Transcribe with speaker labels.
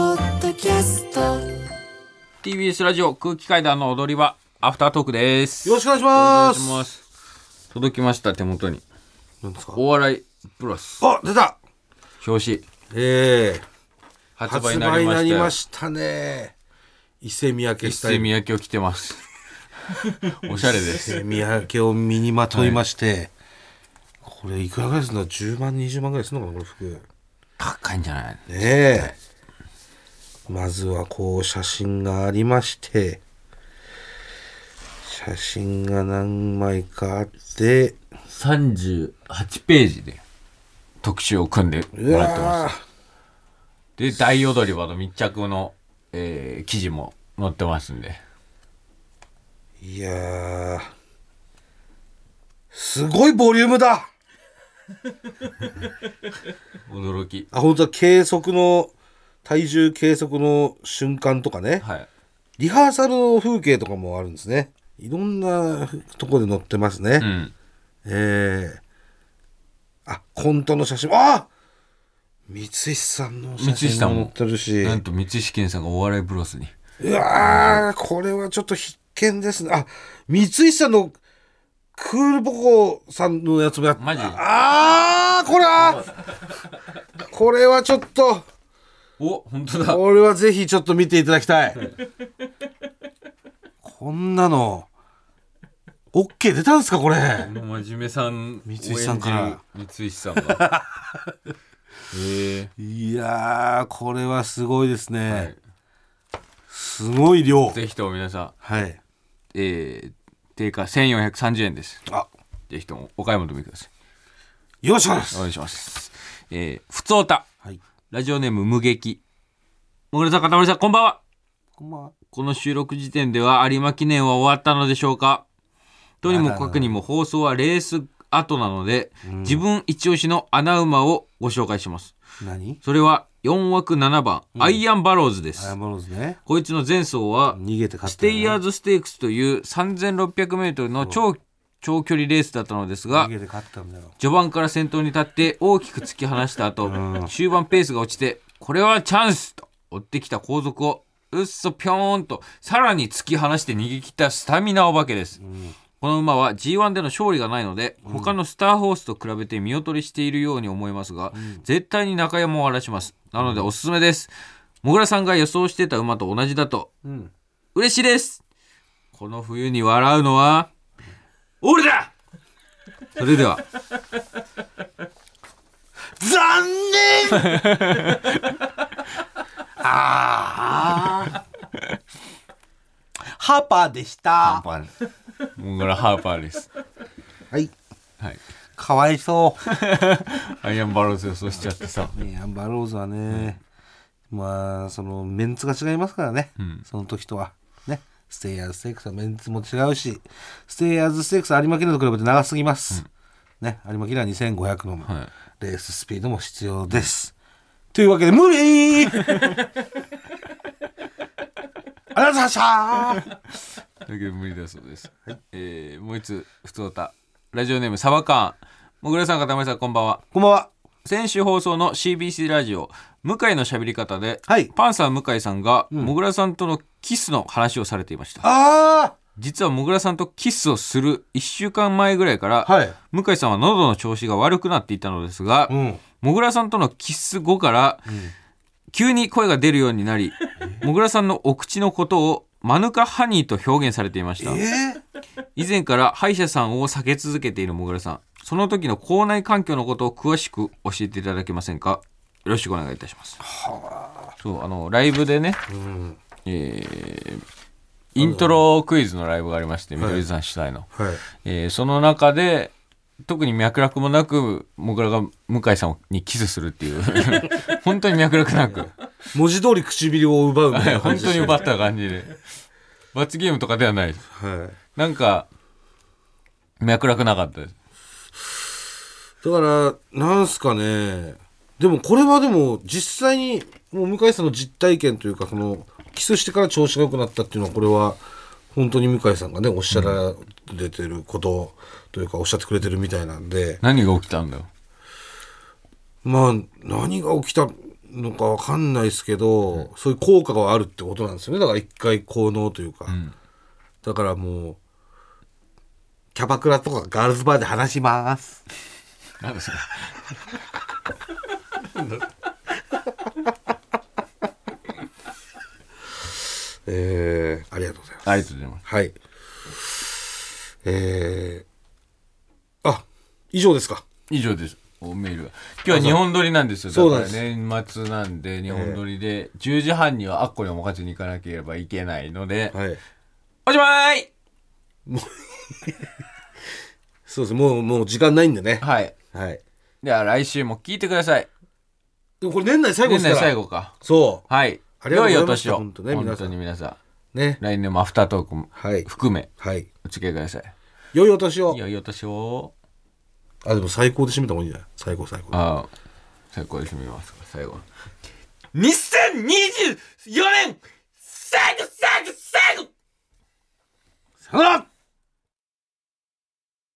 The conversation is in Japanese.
Speaker 1: キャスト
Speaker 2: TBS ラジオ空気階段の踊り場アフタートークです
Speaker 3: よろしくお願いし
Speaker 2: お願
Speaker 3: ま
Speaker 2: い
Speaker 3: す。
Speaker 2: します届きました手元に
Speaker 3: なんですか
Speaker 2: お笑いプラス
Speaker 3: あ、出た
Speaker 2: 表紙
Speaker 3: ええ
Speaker 2: 発
Speaker 3: 発
Speaker 2: 売
Speaker 3: 売
Speaker 2: になり
Speaker 3: に
Speaker 2: ま
Speaker 3: な
Speaker 2: し
Speaker 3: り
Speaker 2: たよ
Speaker 3: ましたね。伊勢三宅
Speaker 2: 一
Speaker 3: スタイ
Speaker 2: 世
Speaker 3: ル。
Speaker 2: 三宅を着てます おしゃれで
Speaker 3: 伊
Speaker 2: す
Speaker 3: 勢三宅を身にまといまして、これいくらぐらいするの ?10 万、20万ぐらいするのかな、この服。ね
Speaker 2: 高いんじゃない
Speaker 3: え。まずはこう写真がありまして、写真が何枚かあって、
Speaker 2: 38ページで特集を組んで
Speaker 3: う
Speaker 2: もらってます
Speaker 3: わ
Speaker 2: で大踊り場の密着の、えー記事も載ってますんで
Speaker 3: ーいやー、すごいボリュームだ
Speaker 2: 驚き
Speaker 3: あ、本当だ、計測の、体重計測の瞬間とかね、
Speaker 2: はい
Speaker 3: リハーサルの風景とかもあるんですね。いろんなとこで載ってますね。
Speaker 2: うん
Speaker 3: ええあ、コントの写真、あ三石さんの
Speaker 2: 光
Speaker 3: 写
Speaker 2: 石さ
Speaker 3: 真
Speaker 2: ん
Speaker 3: も
Speaker 2: も
Speaker 3: 載ってるし、
Speaker 2: なんと光石健さんがお笑いブロスに
Speaker 3: うわー、これはちょっと必見ですね。あ、三石さんのクールポコさんのやつもやっ
Speaker 2: マジ
Speaker 3: あー、これは、 これはちょっと、
Speaker 2: お本当だ
Speaker 3: 俺はぜひちょっと見ていただき たいこんなの OK 出たんですかこれ
Speaker 2: この真面目さん
Speaker 3: 三石さんから
Speaker 2: を演じる三石さんが へえ
Speaker 3: いやーこれはすごいですね、
Speaker 2: はい
Speaker 3: すごい量
Speaker 2: ぜひとも皆さん
Speaker 3: はい
Speaker 2: えー、定価1430円です
Speaker 3: あ
Speaker 2: ぜひともお買い求めください
Speaker 3: よろしくお願いし
Speaker 2: お
Speaker 3: ます
Speaker 2: 願いしますえー、ふつおた
Speaker 3: はい
Speaker 2: ラジオネーム無劇もぐらさんかたまりさんこんばんは
Speaker 3: こんばんは
Speaker 2: この収録時点では有馬記念は終わったのでしょうかとにもかくにも放送はレース後なので、自分一押しの穴馬をご紹介します
Speaker 3: 何
Speaker 2: それは4枠7番、アイアンバローズです
Speaker 3: 謝ろうですね
Speaker 2: こいつの前走は、
Speaker 3: 逃げて勝っ
Speaker 2: ス
Speaker 3: たよ
Speaker 2: テ
Speaker 3: ね
Speaker 2: イヤーズステークスという 3600m の超長距離レースだったのですが
Speaker 3: 逃げて勝ったんだよ
Speaker 2: 序盤から先頭に立って大きく突き放した後終盤ペースが落ちてこれはチャンスと追ってきた後続をうっそぴょーんとさらに突き放して逃げ切ったスタミナお化けです、この馬は G1 での勝利がないので他のスターホースと比べて見劣りしているように思いますが、絶対に中山を荒らしますなのでおすすめですもぐらさんが予想してた馬と同じだと
Speaker 3: うん
Speaker 2: 嬉しいですこの冬に笑うのは俺だそれでは
Speaker 3: 残念あーハーパーでした
Speaker 2: パモンゴラハーパーです
Speaker 3: はい
Speaker 2: はい
Speaker 3: かわいそう
Speaker 2: アイアンバロンス予想しちゃってさ
Speaker 3: ねアンバーローズはね、まあそのメンツが違いますからね、その時とはねステイヤーズステークスはメンツも違うしステイヤーズステークスは有馬記念と比べて長すぎます、ね有馬記念は2500の
Speaker 2: はい
Speaker 3: レーススピードも必要です、というわけで無理 ありがとうございました
Speaker 2: だけど無理だそうです、えーもう一つふつおたラジオネームサバカーンもぐらさんかたまりさんこんばんは
Speaker 3: こんばんは
Speaker 2: 先週放送の CBC ラジオ向井の喋り方で、
Speaker 3: はい
Speaker 2: パンサー向井さんが、もぐらさんとのキスの話をされていました
Speaker 3: あ
Speaker 2: 実はもぐらさんとキスをする1週間前ぐらいから、
Speaker 3: あはい
Speaker 2: 向井さんは喉の調子が悪くなっていたのですが、
Speaker 3: うん
Speaker 2: もぐらさんとのキス後から、急に声が出るようになりもぐらさんのお口のことをマヌカハニーと表現されていまし
Speaker 3: え
Speaker 2: た以前から歯医者さんを避け続けているもぐらさんその時の口内環境のことを詳しく教えていただけませんかよろしくお願いいたしますそうあのライブでね、えーイントロクイズのライブがありまして緑さん主催の、
Speaker 3: ー、はい
Speaker 2: えーその中で特に脈絡もなくもぐらが向井さんにキスするって いう本当に脈絡なく
Speaker 3: 文字通り唇を奪うみたいな感
Speaker 2: 本
Speaker 3: じで
Speaker 2: 当
Speaker 3: し
Speaker 2: に
Speaker 3: た
Speaker 2: 奪った感じで罰ゲームとかではないです
Speaker 3: はい
Speaker 2: なんか脈絡なかったです
Speaker 3: だから、なんすかね。でもこれはでも実際にもう向井さんの実体験というかそのキスしてから調子が良くなったっていうのはこれは本当に向井さんがねおっしゃられてることというかおっしゃってくれてるみたいなんで
Speaker 2: 何が起きたんだよ
Speaker 3: まあ何が起きたのかわかんないですけど、そういう効果があるってことなんですよねだから一回効能というか、
Speaker 2: ん
Speaker 3: だからもうキャバクラとかガールズバーで話します
Speaker 2: なんだそれ。
Speaker 3: えー、ありがとうございます
Speaker 2: ありがとうございます。
Speaker 3: はいえー、あ以上ですか
Speaker 2: 以上です。おメールが。今日は日本撮りなんですよ。
Speaker 3: そう
Speaker 2: だ
Speaker 3: なん
Speaker 2: か
Speaker 3: で
Speaker 2: ら
Speaker 3: す
Speaker 2: 年末なんで、日本撮りで、10時半にはアッコにお任せに行かなければいけないので、
Speaker 3: はい
Speaker 2: おしまい
Speaker 3: そうですもうもう時間ないんでね
Speaker 2: はい。
Speaker 3: はい
Speaker 2: では来週も聞いてください。
Speaker 3: でもこれ年内最後で
Speaker 2: 年
Speaker 3: すか
Speaker 2: 内
Speaker 3: ら
Speaker 2: 最後か。
Speaker 3: そ
Speaker 2: はい。
Speaker 3: ありがとうございました
Speaker 2: 良お年を。
Speaker 3: 本当ね皆さん
Speaker 2: 本当に皆さん。
Speaker 3: うね
Speaker 2: 来年もアフタートークも
Speaker 3: はい
Speaker 2: 含め、
Speaker 3: はい
Speaker 2: お付き合いください。
Speaker 3: 良いお年を
Speaker 2: いや、いいお年を。
Speaker 3: あでも最高で締めた方がいいんじゃない最高最高
Speaker 2: ああ、最高です。見ますか、最後。2024年最後最後最後
Speaker 3: さよなら